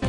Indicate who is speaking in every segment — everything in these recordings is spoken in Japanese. Speaker 1: 蘭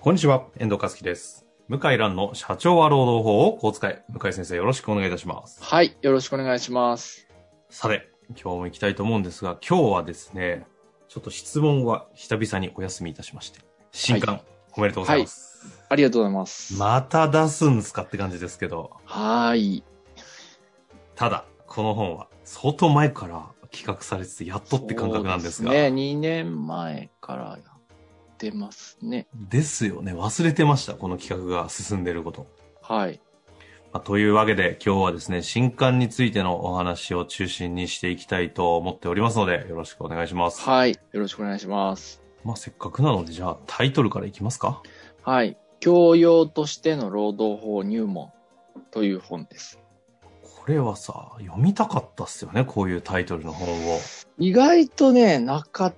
Speaker 2: こんにちは、遠藤和樹です。向井蘭の社長は労働法をこう使え。向井先生、よろしくお願いいたします。
Speaker 3: はい、よろしくお願いします。
Speaker 2: さて、今日も行きたいと思うんですが、今日はですね、ちょっと質問は久々にお休みいたしまして、新刊、
Speaker 3: は
Speaker 2: おめでとうございます。
Speaker 3: ありがとうございます。
Speaker 2: また出すんですかって感じですけど、
Speaker 3: はーい。
Speaker 2: ただ、この本は相当前から企画されてて、やっとって感覚なんですが、
Speaker 3: そう
Speaker 2: で
Speaker 3: ね、2年前からやってますね。
Speaker 2: すよね、忘れてました、この企画が進んでいること。
Speaker 3: はい。
Speaker 2: まあというわけで今日はですね、新刊についてのお話を中心にしていきたいと思っておりますので、よろしくお願いします。
Speaker 3: はい、よろしくお願いします。
Speaker 2: まあ、せっかくなので、じゃあタイトルからいきますか。
Speaker 3: はい。教養としての労働法入門という本です。
Speaker 2: これはさ、読みたかったっすよね、こういうタイトルの本を。
Speaker 3: 意外とね、なかっ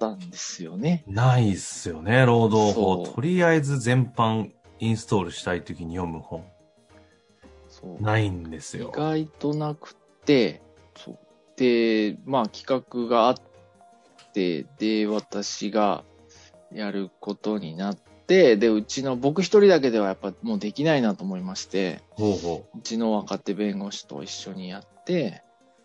Speaker 3: たんですよね。
Speaker 2: ないっすよね、労働法。
Speaker 3: そう
Speaker 2: とりあえず全般インストールしたい時に読む本。
Speaker 3: そう
Speaker 2: ないんです
Speaker 3: 意
Speaker 2: よ。
Speaker 3: 外となくて、そう。で、まあ企画があって、で、私がやることになって、で、うちの僕一人だけではやっぱもうできないなと思いまして、
Speaker 2: ほうほう。
Speaker 3: うちの若手弁護士と一緒にやって、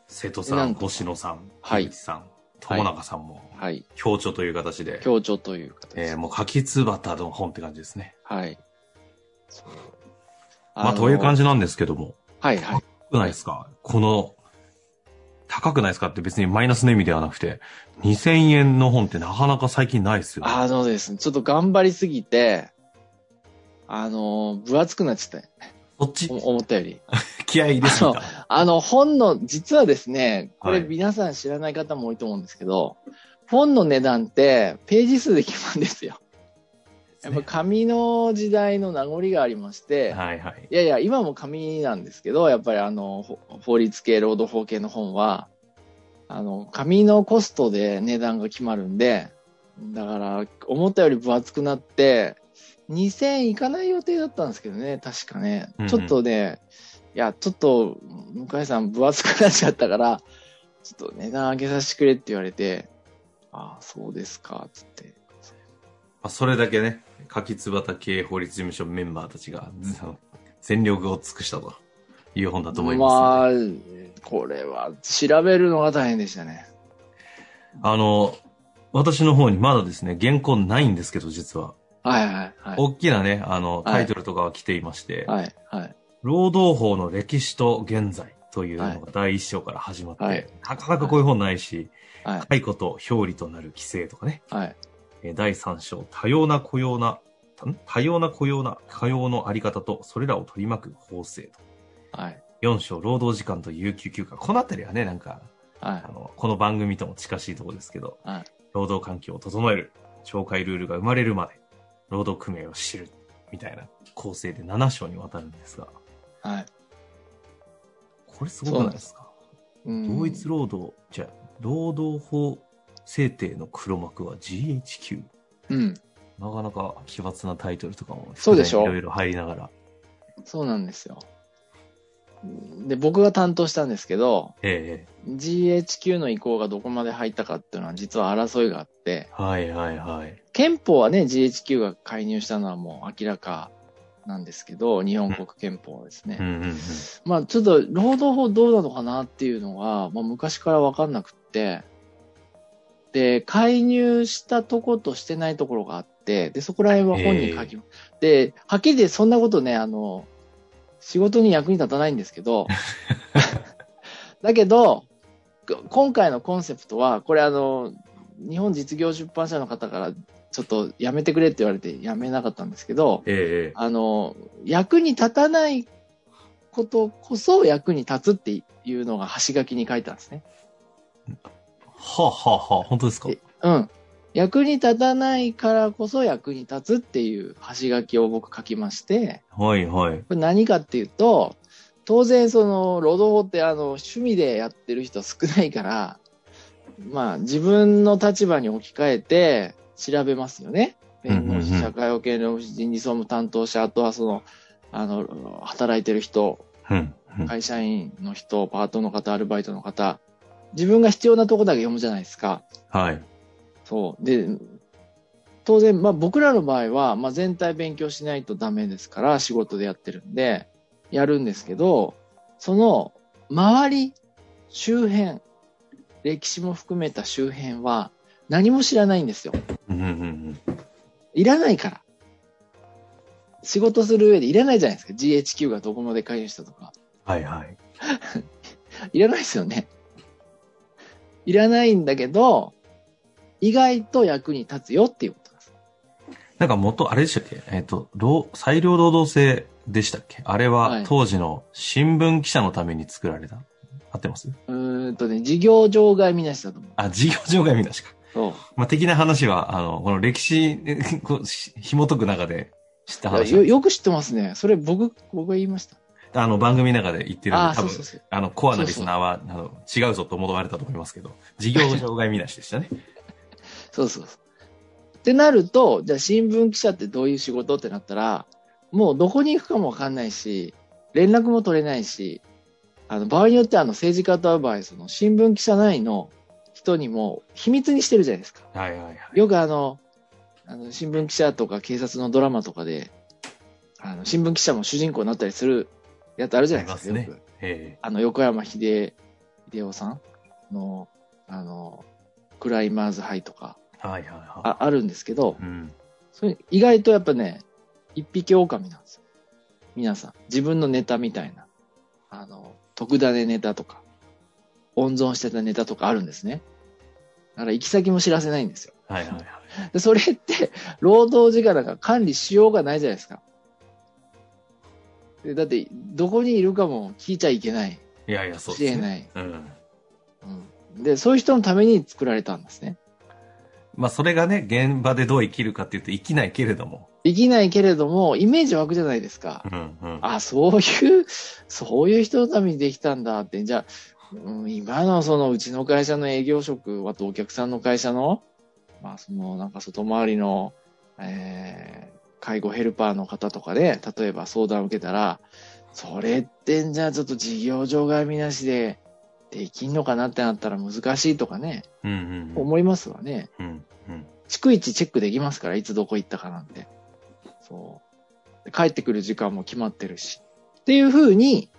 Speaker 2: 瀬戸さ、
Speaker 3: なんんと
Speaker 2: 星野さん、
Speaker 3: はい
Speaker 2: 樋口さん、友中さんも、
Speaker 3: はい、
Speaker 2: 共著という形で、
Speaker 3: 協調という形で
Speaker 2: えー、もう柿つばたの本って感じですね。
Speaker 3: はい。そう
Speaker 2: まあ、という感
Speaker 3: じ。
Speaker 2: じなんですけども。
Speaker 3: はいはい。
Speaker 2: 高くないですかこの、高くないですかって別にマイナスの意味ではなくて、2000円の本ってなかなか最近ないですよ、ね。
Speaker 3: あのですね、ちょっと頑張りすぎて、あの、分厚くなっちゃった、
Speaker 2: そっち、
Speaker 3: お思ったより。
Speaker 2: 気合い入れすぎた。
Speaker 3: あの、本の、実はですね、これ
Speaker 2: はい
Speaker 3: 皆さん知らない方も多いと思うんですけど、本の値段ってページ数で決まるんですよ。やっぱ紙の時代の名残がありまして、
Speaker 2: はいはい。
Speaker 3: いやいや、今も紙なんですけど、やっぱりあの、ほ法律系、労働法系の本は、あの、紙のコストで値段が決まるんで、だから、思ったより分厚くなって、2000いかない予定だったんですけどね、確かね
Speaker 2: うんう。ん
Speaker 3: ちょっとね、いや、ちょっと、向井さん分厚くなっちゃったから、ちょっと値段上げさせてくれって言われて、ああ、そうですか、つって。
Speaker 2: まあ、それだけね、柿つばた経営法律事務所メンバーたちが、ずあの全力を尽くしたという本だと思います、ね。
Speaker 3: まあ、これは調べるのが大変でしたね。
Speaker 2: あの、私の方にまだですね、原稿ないんですけど、実は。
Speaker 3: はいはいはい。
Speaker 2: 大きなね、あの、タイトルとかは来ていまして、
Speaker 3: はい、はい。
Speaker 2: 労働法の歴史と現在というのが第一章から始まって、
Speaker 3: はい
Speaker 2: なかなかこういう本ないし、
Speaker 3: はい、
Speaker 2: 解雇と表裏となる規制とかね、
Speaker 3: はい、
Speaker 2: えー第三章、多様な雇用な、ん多様な雇用な、雇用のあり方と、それらを取り巻く法制と。
Speaker 3: はい、
Speaker 2: 4章、労働時間と有給休暇。このあたりはね、なんか、
Speaker 3: はい
Speaker 2: あ、の、この番組とも近しいところですけど、
Speaker 3: はい
Speaker 2: 労働環境を整える、懲戒ルールが生まれるまで、労働組合を知る、みたいな構成で7章にわたるんですが、
Speaker 3: はい。
Speaker 2: これすごくないですか
Speaker 3: うん
Speaker 2: 同一労働、じゃあ労働法制定の黒幕は GHQ。
Speaker 3: うん、
Speaker 2: なかなか奇抜なタイトルとかも、
Speaker 3: そうでしょ
Speaker 2: いろいろ入りながら。
Speaker 3: そうなんですよ。で、僕が担当したんですけど、
Speaker 2: え
Speaker 3: GHQ の意向がどこまで入ったかっていうのは実は争いがあっ
Speaker 2: え、
Speaker 3: て
Speaker 2: はいはいはい。
Speaker 3: 憲法はね、GHQ が介入したのはもう明らかなんですけど、日本国憲法はですね。
Speaker 2: うんうんうん。
Speaker 3: まあちょっと労働法どうなのかなっていうのが、まあ、昔から分かんなくって、で、介入したとことしてないところがあって、で、そこら辺は本に書き、で、はっきりでそんなことね、あの、仕事に役に立たないんですけど、だけど、こ今回のコンセプトは、これあの、日本実業出版社の方からちょっとやめてくれって言われてやめなかったんですけど、
Speaker 2: ええ
Speaker 3: あの、役に立たないことこそ役に立つっていうのが端書きに書いたんですね。
Speaker 2: はあ、はあはあ、本当ですか
Speaker 3: えうん。役に立たないからこそ役に立つっていう端書きを僕書きまして、
Speaker 2: はいはい。
Speaker 3: これ何かっていうと、当然その労働法ってあの趣味でやってる人は少ないから、まあ自分の立場に置き換えて調べますよね。弁護
Speaker 2: うんうんう
Speaker 3: 士、
Speaker 2: ん
Speaker 3: 社会保険労務士、人事総務担当者、あとはその、あの、働いてる人、
Speaker 2: うん。うん
Speaker 3: 会社員の人、パートの方、アルバイトの方、自分が必要なとこだけ読むじゃないですか。
Speaker 2: はい。
Speaker 3: そう。で、当然、まあ僕らの場合は、まあ全体勉強しないとダメですから、仕事でやってるんで、やるんですけど、その、周り、周辺、歴史も含めた周辺は、何も知らないんですよ。
Speaker 2: うんうんうん
Speaker 3: いらないから。仕事する上でいらないじゃないですか。GHQ がどこまで関与したとか。
Speaker 2: はいはい。
Speaker 3: いらないですよね。いらないんだけど、意外と役に立つよっていうことです。
Speaker 2: なんか元、あれでしたっけえっ、と、労裁量労働制でしたっけあれ
Speaker 3: は
Speaker 2: はい当時の新聞記者のために作られた。合ってます
Speaker 3: うーんとね、事業場外見なしだと思う。
Speaker 2: あ、事業場外見出しか。
Speaker 3: そう。
Speaker 2: まあ、的な話は、あの、この歴史、 こう、し紐解く中で知った話なん
Speaker 3: よ
Speaker 2: です
Speaker 3: よく知ってますね。それ僕、僕が言いました。
Speaker 2: あの、番組の中で言ってるん
Speaker 3: ああ、
Speaker 2: で、多
Speaker 3: そう
Speaker 2: 分
Speaker 3: そう、そう。
Speaker 2: あの、コアなリスナーは、あの、違うぞと思われたと思いますけど、事業場外見出しで したね。
Speaker 3: そうそうそう。ってなると、じゃあ新聞記者ってどういう仕事ってなったら、もうどこに行くかもわかんないし、連絡も取れないし、あの、場合によってはあの政治家と会う場合、その新聞記者内の人にも秘密にしてるじゃないですか。
Speaker 2: はいはいはい。
Speaker 3: よくあの、あの新聞記者とか警察のドラマとかで、あの新聞記者も主人公になったりするやつあるじゃないですか。
Speaker 2: ありますね
Speaker 3: よく
Speaker 2: え
Speaker 3: あの横山秀秀夫さんの、あの、クライマーズハイとか
Speaker 2: えはいはいは
Speaker 3: ああるんですけど
Speaker 2: い。、うん。
Speaker 3: それ意外とやっぱね、一匹狼なんですよ。皆さん、自分のネタみたいな、あの、特ダネネタとか、温存してたネタとかあるんですね。だから行き先も知らせないんですよ。
Speaker 2: はいはいはい。
Speaker 3: でそれって、 労働時間なんか管理しようがないじゃないですか。でだって、どこにいるかも聞いちゃいけない。
Speaker 2: いやいや、そう
Speaker 3: 知
Speaker 2: で
Speaker 3: れ
Speaker 2: すね。
Speaker 3: ない、
Speaker 2: うん。
Speaker 3: うん。で、そういう人のために作られたんですね。
Speaker 2: まあ、それがね、現場でどう生きるかっていうと、生きないけれども。
Speaker 3: できないけれども、イメージ湧くじゃないですか。
Speaker 2: うんうん。
Speaker 3: あ、そういう、そういう人のためにできたんだって。じゃあ、うん、今のそのうちの会社の営業職、あとお客さんの会社の、まあそのなんか外回りの、えー介護ヘルパーの方とかで、例えば相談を受けたら、それってじゃあちょっと事業場外見なしでできんのかなってなったら難しいとかね、
Speaker 2: うんうんうん。
Speaker 3: 思いますわね。
Speaker 2: うんうん。
Speaker 3: 逐一チェックできますから、いつどこ行ったかなんて。そう。で帰ってくる時間も決まってるし。っていう風に、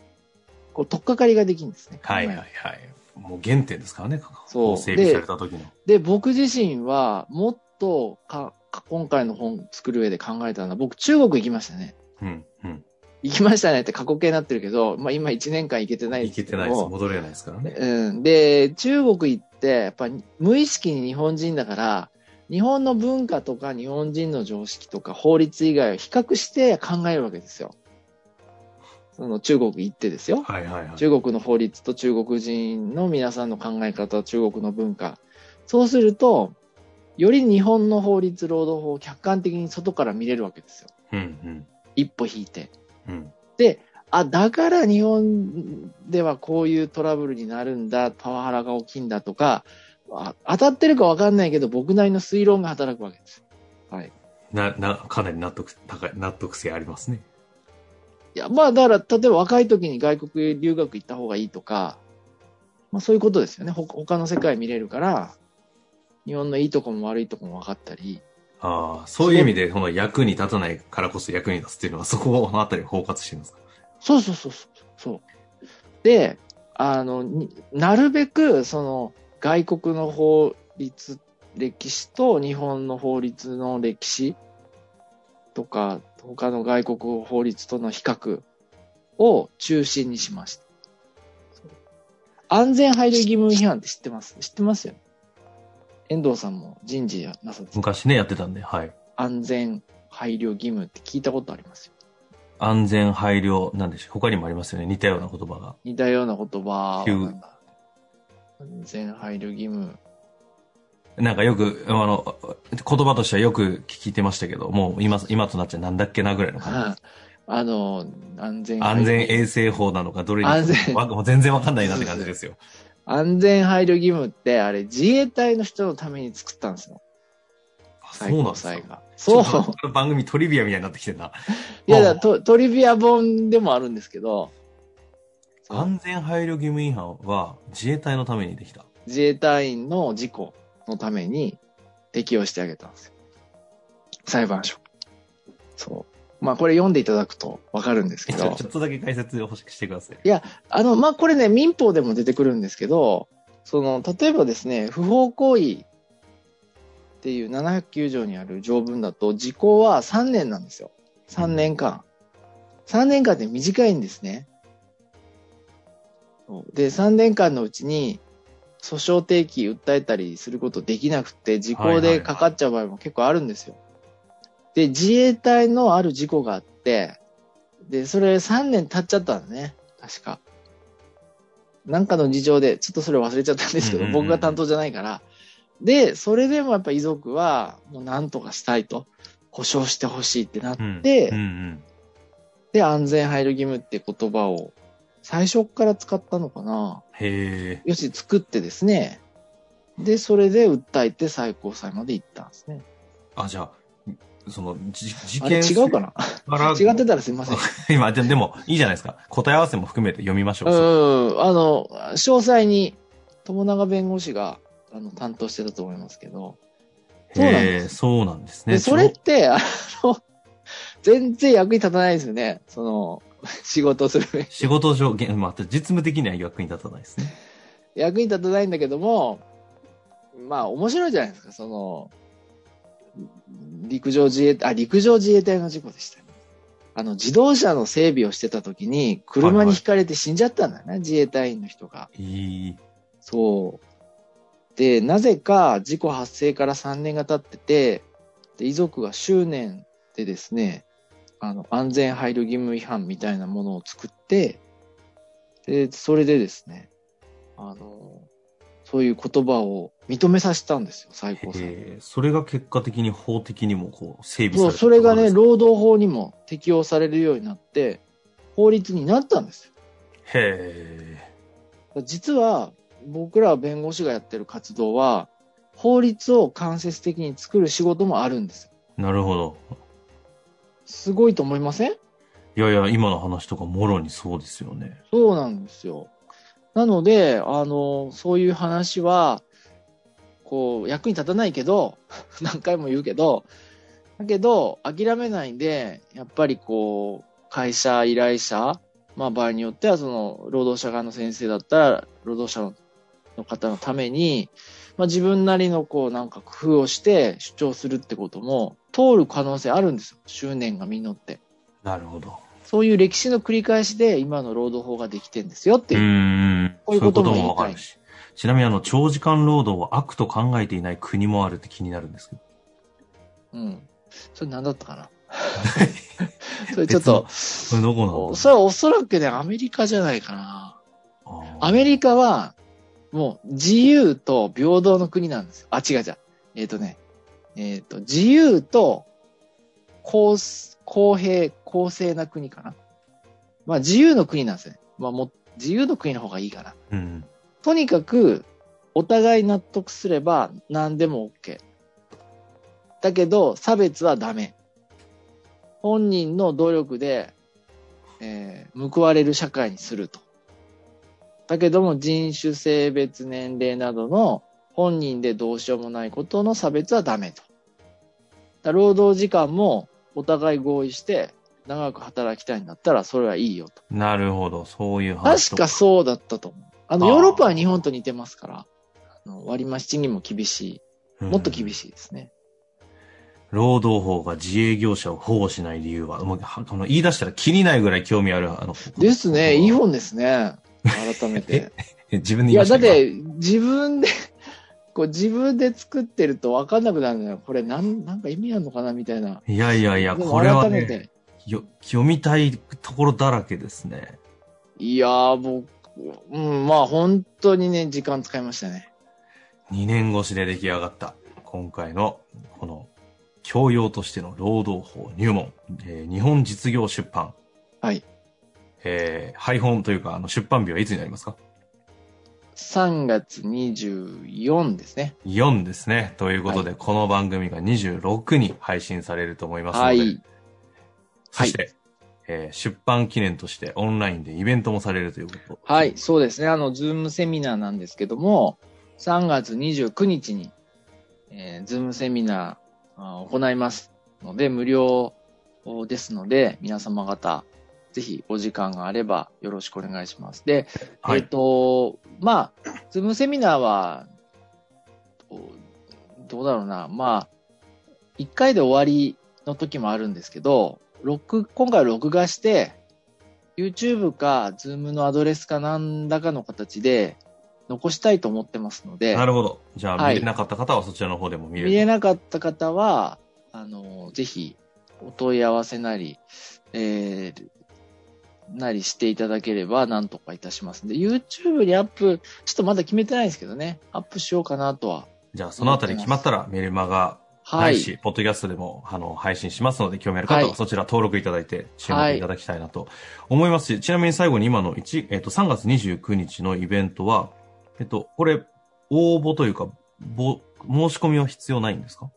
Speaker 3: こう、取っかかりができるんですね。
Speaker 2: はいはい
Speaker 3: 考
Speaker 2: は
Speaker 3: え
Speaker 2: い。もう原点ですからね、
Speaker 3: そ
Speaker 2: こ
Speaker 3: う
Speaker 2: 整備された時の。
Speaker 3: で、僕自身は、もっとか、か今回の本作る上で考えたのは、僕、中国行きましたね。
Speaker 2: うんうん。
Speaker 3: 行きましたねって過去形になってるけど、まあ今1年間行けてない
Speaker 2: 生
Speaker 3: です
Speaker 2: き
Speaker 3: け
Speaker 2: て
Speaker 3: ども
Speaker 2: ないです。戻れないですからね。
Speaker 3: うん、で、中国行って、やっぱり無意識に日本人だから、日本の文化とか日本人の常識とか法律以外を比較して考えるわけですよ。その中国行ってですよ。
Speaker 2: はいはいはい。
Speaker 3: 中国の法律と中国人の皆さんの考え方、中国の文化。そうすると、より日本の法律、労働法を客観的に外から見れるわけですよ。
Speaker 2: うん
Speaker 3: 一歩引いて。
Speaker 2: うんうん。
Speaker 3: あ、だから日本ではこういうトラブルになるんだ、パワハラが大きいんだとか、あ当たってるかわかんないけど、僕なりの推論が働くわけです。はい。
Speaker 2: な、な、かなり納得、高い、納得性ありますね。
Speaker 3: いや、まあだから、例えば若い時に外国へ留学行った方がいいとか、まあそういうことですよね。ほ他の世界見れるから、日本のいいとこも悪いとこも分かったり、
Speaker 2: ああ、そういう意味で、この役に立たないからこそ役に立つっていうのは、そこのあたりを包括してるんですか
Speaker 3: そうそうそうそう。そうで、あの、になるべく、その、外国の法律、歴史と日本の法律の歴史とか、他の外国法律との比較を中心にしました。そう安全配慮義務違反って知ってます知ってますよね遠藤さんも人事やなさってた
Speaker 2: 昔ね、やってたんで、はい。
Speaker 3: 安全配慮義務って聞いたことありますよ。
Speaker 2: 安全配慮、なんでしょう。他にもありますよね。似たような言葉が。
Speaker 3: 似たような言葉。
Speaker 2: 急
Speaker 3: わかんない安全配慮義務。
Speaker 2: なんかよく、あの、言葉としてはよく聞いてましたけど、もう今、今となっちゃなんだっけなぐらいの感じ。
Speaker 3: あの、安全配慮
Speaker 2: 安全衛生法なのか、どれに
Speaker 3: 安全
Speaker 2: わもう全然わかんないなって感じ ですよ。
Speaker 3: 安全配慮義務って、あれ、自衛隊の人のために作ったんですよ。
Speaker 2: あそう
Speaker 3: 最
Speaker 2: なん
Speaker 3: 高
Speaker 2: です
Speaker 3: 裁
Speaker 2: か。
Speaker 3: が。そう。
Speaker 2: ちょっとこの番組トリビアみたいになってきてんな。
Speaker 3: いやだからト、トリビア本でもあるんですけど、そう
Speaker 2: 安全配慮義務違反は自衛隊のためにできた。
Speaker 3: 自衛隊員の事故のために適用してあげたんですよ。裁判所。そう。まあ、これ読んでいただくとわかるんです
Speaker 2: え
Speaker 3: け
Speaker 2: ちょ
Speaker 3: ど
Speaker 2: ちょ、っとだけ解説を欲しくしてください。
Speaker 3: あの、まあ、これね、民法でも出てくるんですけど、その、例えばですね、不法行為っていう709条にある条文だと、時効は3年なんですよ。3年間。3年間って短いんですね。そうで、3年間のうちに、訴訟提起訴えたりすることできなくて、時効でかかっちゃう場合も結構あるんですよ。で、自衛隊のある事故があって、で、それ3年経っちゃったんだね。確か。なんかの事情で、ちょっとそれ忘れちゃったんですけ
Speaker 2: うんうん
Speaker 3: ど、
Speaker 2: うんうん
Speaker 3: 僕が担当じゃないから。で、それでもやっぱ遺族は、もうなんとかしたいと、保証してほしいってなっ
Speaker 2: うん。
Speaker 3: て、
Speaker 2: うんうん。
Speaker 3: で、安全配慮義務って言葉を最初から使ったのかな
Speaker 2: へえ。
Speaker 3: よし、作ってですね。で、それで訴えて最高裁まで行ったんですね。
Speaker 2: あ、じゃあ、その、じ事
Speaker 3: あ
Speaker 2: 件
Speaker 3: れ違
Speaker 2: 性
Speaker 3: うかな
Speaker 2: から
Speaker 3: 違ってたらすいません。
Speaker 2: 今、ででも、いいじゃないですか。答え合わせも含めて読みましょう。
Speaker 3: うん、あの、詳細に、友永弁護士があの担当してたと思いますけど、そうなん
Speaker 2: へ
Speaker 3: で
Speaker 2: え、そうなんですね。
Speaker 3: でそれって、あの、全然役に立たないですよね。その、仕事する上
Speaker 2: 仕事上、げまあ、実務的には役に立たないですね。
Speaker 3: 役に立たないんだけども、まあ面白いじゃないですか、その、陸上自衛隊、あ、陸上自衛隊の事故でした、ね。あの、自動車の整備をしてた時に、車にひかれて死んじゃったんだよね、自衛隊員の人が。
Speaker 2: いい。
Speaker 3: そう。で、なぜか事故発生から3年が経ってて、で遺族が執念でですね、あの、安全配慮義務違反みたいなものを作って、で、それでですね、あの、そういう言葉を認めさせたんですよ、最高裁。
Speaker 2: へえそれが結果的に法的にもこう整備さ
Speaker 3: そ
Speaker 2: れ
Speaker 3: う、
Speaker 2: た
Speaker 3: それが
Speaker 2: っ
Speaker 3: ね、
Speaker 2: てこ
Speaker 3: 労働法にも適用されるようになって、法律になったんですよ。
Speaker 2: とですねへ
Speaker 3: 実は僕ら弁護士がやってる活動は法律を間接的に作る仕事もあるんですよ
Speaker 2: えなるほど。
Speaker 3: すごいと思いません
Speaker 2: いやいや、今の話とかもろにそうですよね。
Speaker 3: そうなんですよなのであのそういう話はこう役に立たないけど 何回も言うけどだけど諦めないんでやっぱりこう会社依頼者まあ場合によってはその労働者側の先生だったら労働者のの方のために、まあ、自分なりのこうなんか工夫をして主張するってことも通る可能性あるんですよ執念が実って
Speaker 2: なるほど。
Speaker 3: そういう歴史の繰り返しで今の労働法ができてんですよって
Speaker 2: う
Speaker 3: いう、
Speaker 2: ーん。
Speaker 3: こういうことも
Speaker 2: そうわかるし。ちなみにあの、長時間労働を悪と考えていない国もあるって気になるんですけど。
Speaker 3: うん。それ何だったか なそれちょっと、
Speaker 2: これどこなの
Speaker 3: それはおそらくね、アメリカじゃないかな。アメ
Speaker 2: リ
Speaker 3: リカは、もう自由と平等の国なんですよ。あ、違う違う。えっ、とね、えっ、と、自由と公公平、公正な国かな。まあ自由の国なんですよね。まあもう自由の国の方がいいかな。
Speaker 2: カ。うん。
Speaker 3: とにかく、お互い納得すれば何でも OK。だけど、差別はダメ。本人の努力で、えー報われる社会にすると。だけども、人種、性別、年齢などの本人でどうしようもないことの差別はダメと。だ労働時間もお互い合意して、長く働きたいんだったらそれはいいよと。
Speaker 2: なるほど。そういう話と。
Speaker 3: 確かそうだったと思う。あの、
Speaker 2: あー
Speaker 3: ヨーロッパは日本と似てますから、あの割増賃金も厳し
Speaker 2: う
Speaker 3: い。
Speaker 2: ん
Speaker 3: もっと厳しいですね。
Speaker 2: 労働法が自営業者を保護しない理由は、もうはこの言い出したら切りないぐらい興味ある、あの、
Speaker 3: ですね、いい
Speaker 2: 方
Speaker 3: 本ですね。改 めて。
Speaker 2: 自分で言い
Speaker 3: いや、
Speaker 2: まし
Speaker 3: だ
Speaker 2: た
Speaker 3: っ
Speaker 2: けど
Speaker 3: て、自分で、 こう自分で作ってると分かんなくなるのよ。これ、なん、なんか意味あるのかなみたいな。
Speaker 2: いやいやいや、
Speaker 3: でも
Speaker 2: これは
Speaker 3: 改め
Speaker 2: ね、
Speaker 3: て。
Speaker 2: よ読みたいところだらけですね。
Speaker 3: いやー、僕、うん、まあ本当にね、時間使いましたね。
Speaker 2: 2年越しで出来上がった、今回の、この、教養としての労働法入門、えー日本実業出版。
Speaker 3: はい。
Speaker 2: えー配本というか、あの、出版日はいつになりますか
Speaker 3: 3月24ですね。
Speaker 2: 4ですね。ということで、この番組が26に配信されると思いますので、
Speaker 3: はい。
Speaker 2: そして、えー出版記念としてオンラインでイベントもされるということ。
Speaker 3: はい、そうですね。あの、ズームセミナーなんですけども、3月29日に、えー、ズームセミナーあー行いますので、無料ですので、皆様方、ぜひお時間があればよろしくお願いします。で、
Speaker 2: は
Speaker 3: えっ、
Speaker 2: い。
Speaker 3: と、まあ、ズームセミナーは、どどうだろうな、まあ、1回で終わりの時もあるんですけど、録今回録画して、YouTube か Zoom のアドレスか何らかの形で残したいと思ってますので、
Speaker 2: なるほど。じゃあ、
Speaker 3: はい
Speaker 2: 見れなかった方はそちらの方でも見れる。
Speaker 3: 見れなかった方は、あの、ぜひ、お問い合わせなり、えーなりしていただければ、なんとかいたしますんで、YouTube にアップ、ちょっとまだ決めてないんですけどね、アップしようかなとは。
Speaker 2: じゃあ、そのあたり決まったらメルマガ
Speaker 3: は。
Speaker 2: ないいし、ポッドキャストでもあの配信しますので、興味ある方
Speaker 3: は
Speaker 2: はいそちら登録いただいて、注目いただきたいなと思いますし、ちなみに最後に今の1、えっと、3月29日のイベントは、えっと、これ、応募というか、ぼ申し込みは必要ないんですか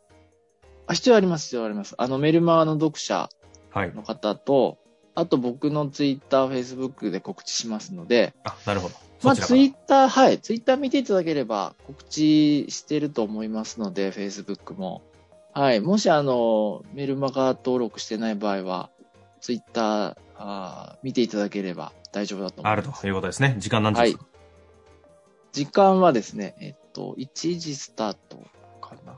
Speaker 3: あ必要あります、必要あります。あの、メルマガの読者
Speaker 2: はい。
Speaker 3: の方と、あと僕の Twitter、Facebook で告知しますので、
Speaker 2: あ、なるほど。
Speaker 3: ま
Speaker 2: そ
Speaker 3: あ、
Speaker 2: ちら
Speaker 3: ツイッター、はい、ツイッター見ていただければ告知してると思いますので、Facebook も。はい、もしあの、メルマガ登録してない場合は、ツイッターあー見ていただければ大丈夫だと思
Speaker 2: あ
Speaker 3: い
Speaker 2: る
Speaker 3: ます。
Speaker 2: ということですね。時間何時ですか、
Speaker 3: 時間はですね、えっと、1時スタートかな。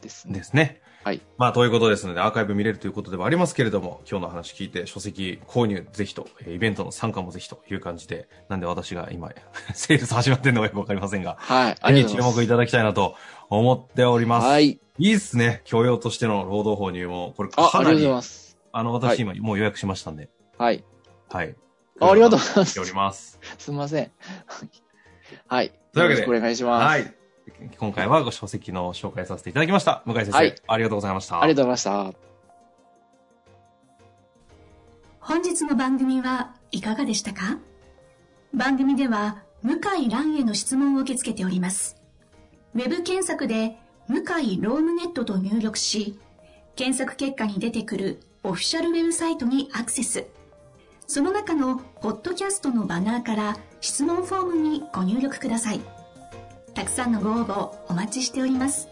Speaker 3: ですね。
Speaker 2: ですね。
Speaker 3: はい。
Speaker 2: まあ、ということですので、アーカイブ見れるということではありますけれども、今日の話聞いて、書籍購入ぜひと、えーイベントの参加もぜひという感じで、なんで私が今、 セールス始まってんのかよくわかりませんが、
Speaker 3: はい、あり
Speaker 2: に
Speaker 3: がとう
Speaker 2: 注
Speaker 3: ござ
Speaker 2: 目
Speaker 3: い
Speaker 2: い
Speaker 3: ま
Speaker 2: ただきたいなと思っております。。
Speaker 3: す。はいい。
Speaker 2: いっすね。教養としての労働法入門。これ
Speaker 3: あ、あ
Speaker 2: か
Speaker 3: りが
Speaker 2: な
Speaker 3: とうご
Speaker 2: り、
Speaker 3: ざい
Speaker 2: あ
Speaker 3: ます。
Speaker 2: の、私今もう予約しましたんで、
Speaker 3: はい。
Speaker 2: はい。
Speaker 3: あありがとうございま
Speaker 2: し
Speaker 3: す
Speaker 2: てお。ります。
Speaker 3: すみません。はい。
Speaker 2: というわけで
Speaker 3: よろしくお願いします。
Speaker 2: はい。今回はご書籍の紹介させていただきました。向井先生、
Speaker 3: はい
Speaker 2: ありがとうございました。
Speaker 3: ありがとうございました。
Speaker 1: 本日の番組はいかがでしたか番組では向井蘭への質問を受け付けております。ウェブ検索で向井ロームネットと入力し、検索結果に出てくるオフィシャルウェブサイトにアクセス。その中のポッドキャストのバナーから質問フォームにご入力ください。たくさんのご応募お待ちしております。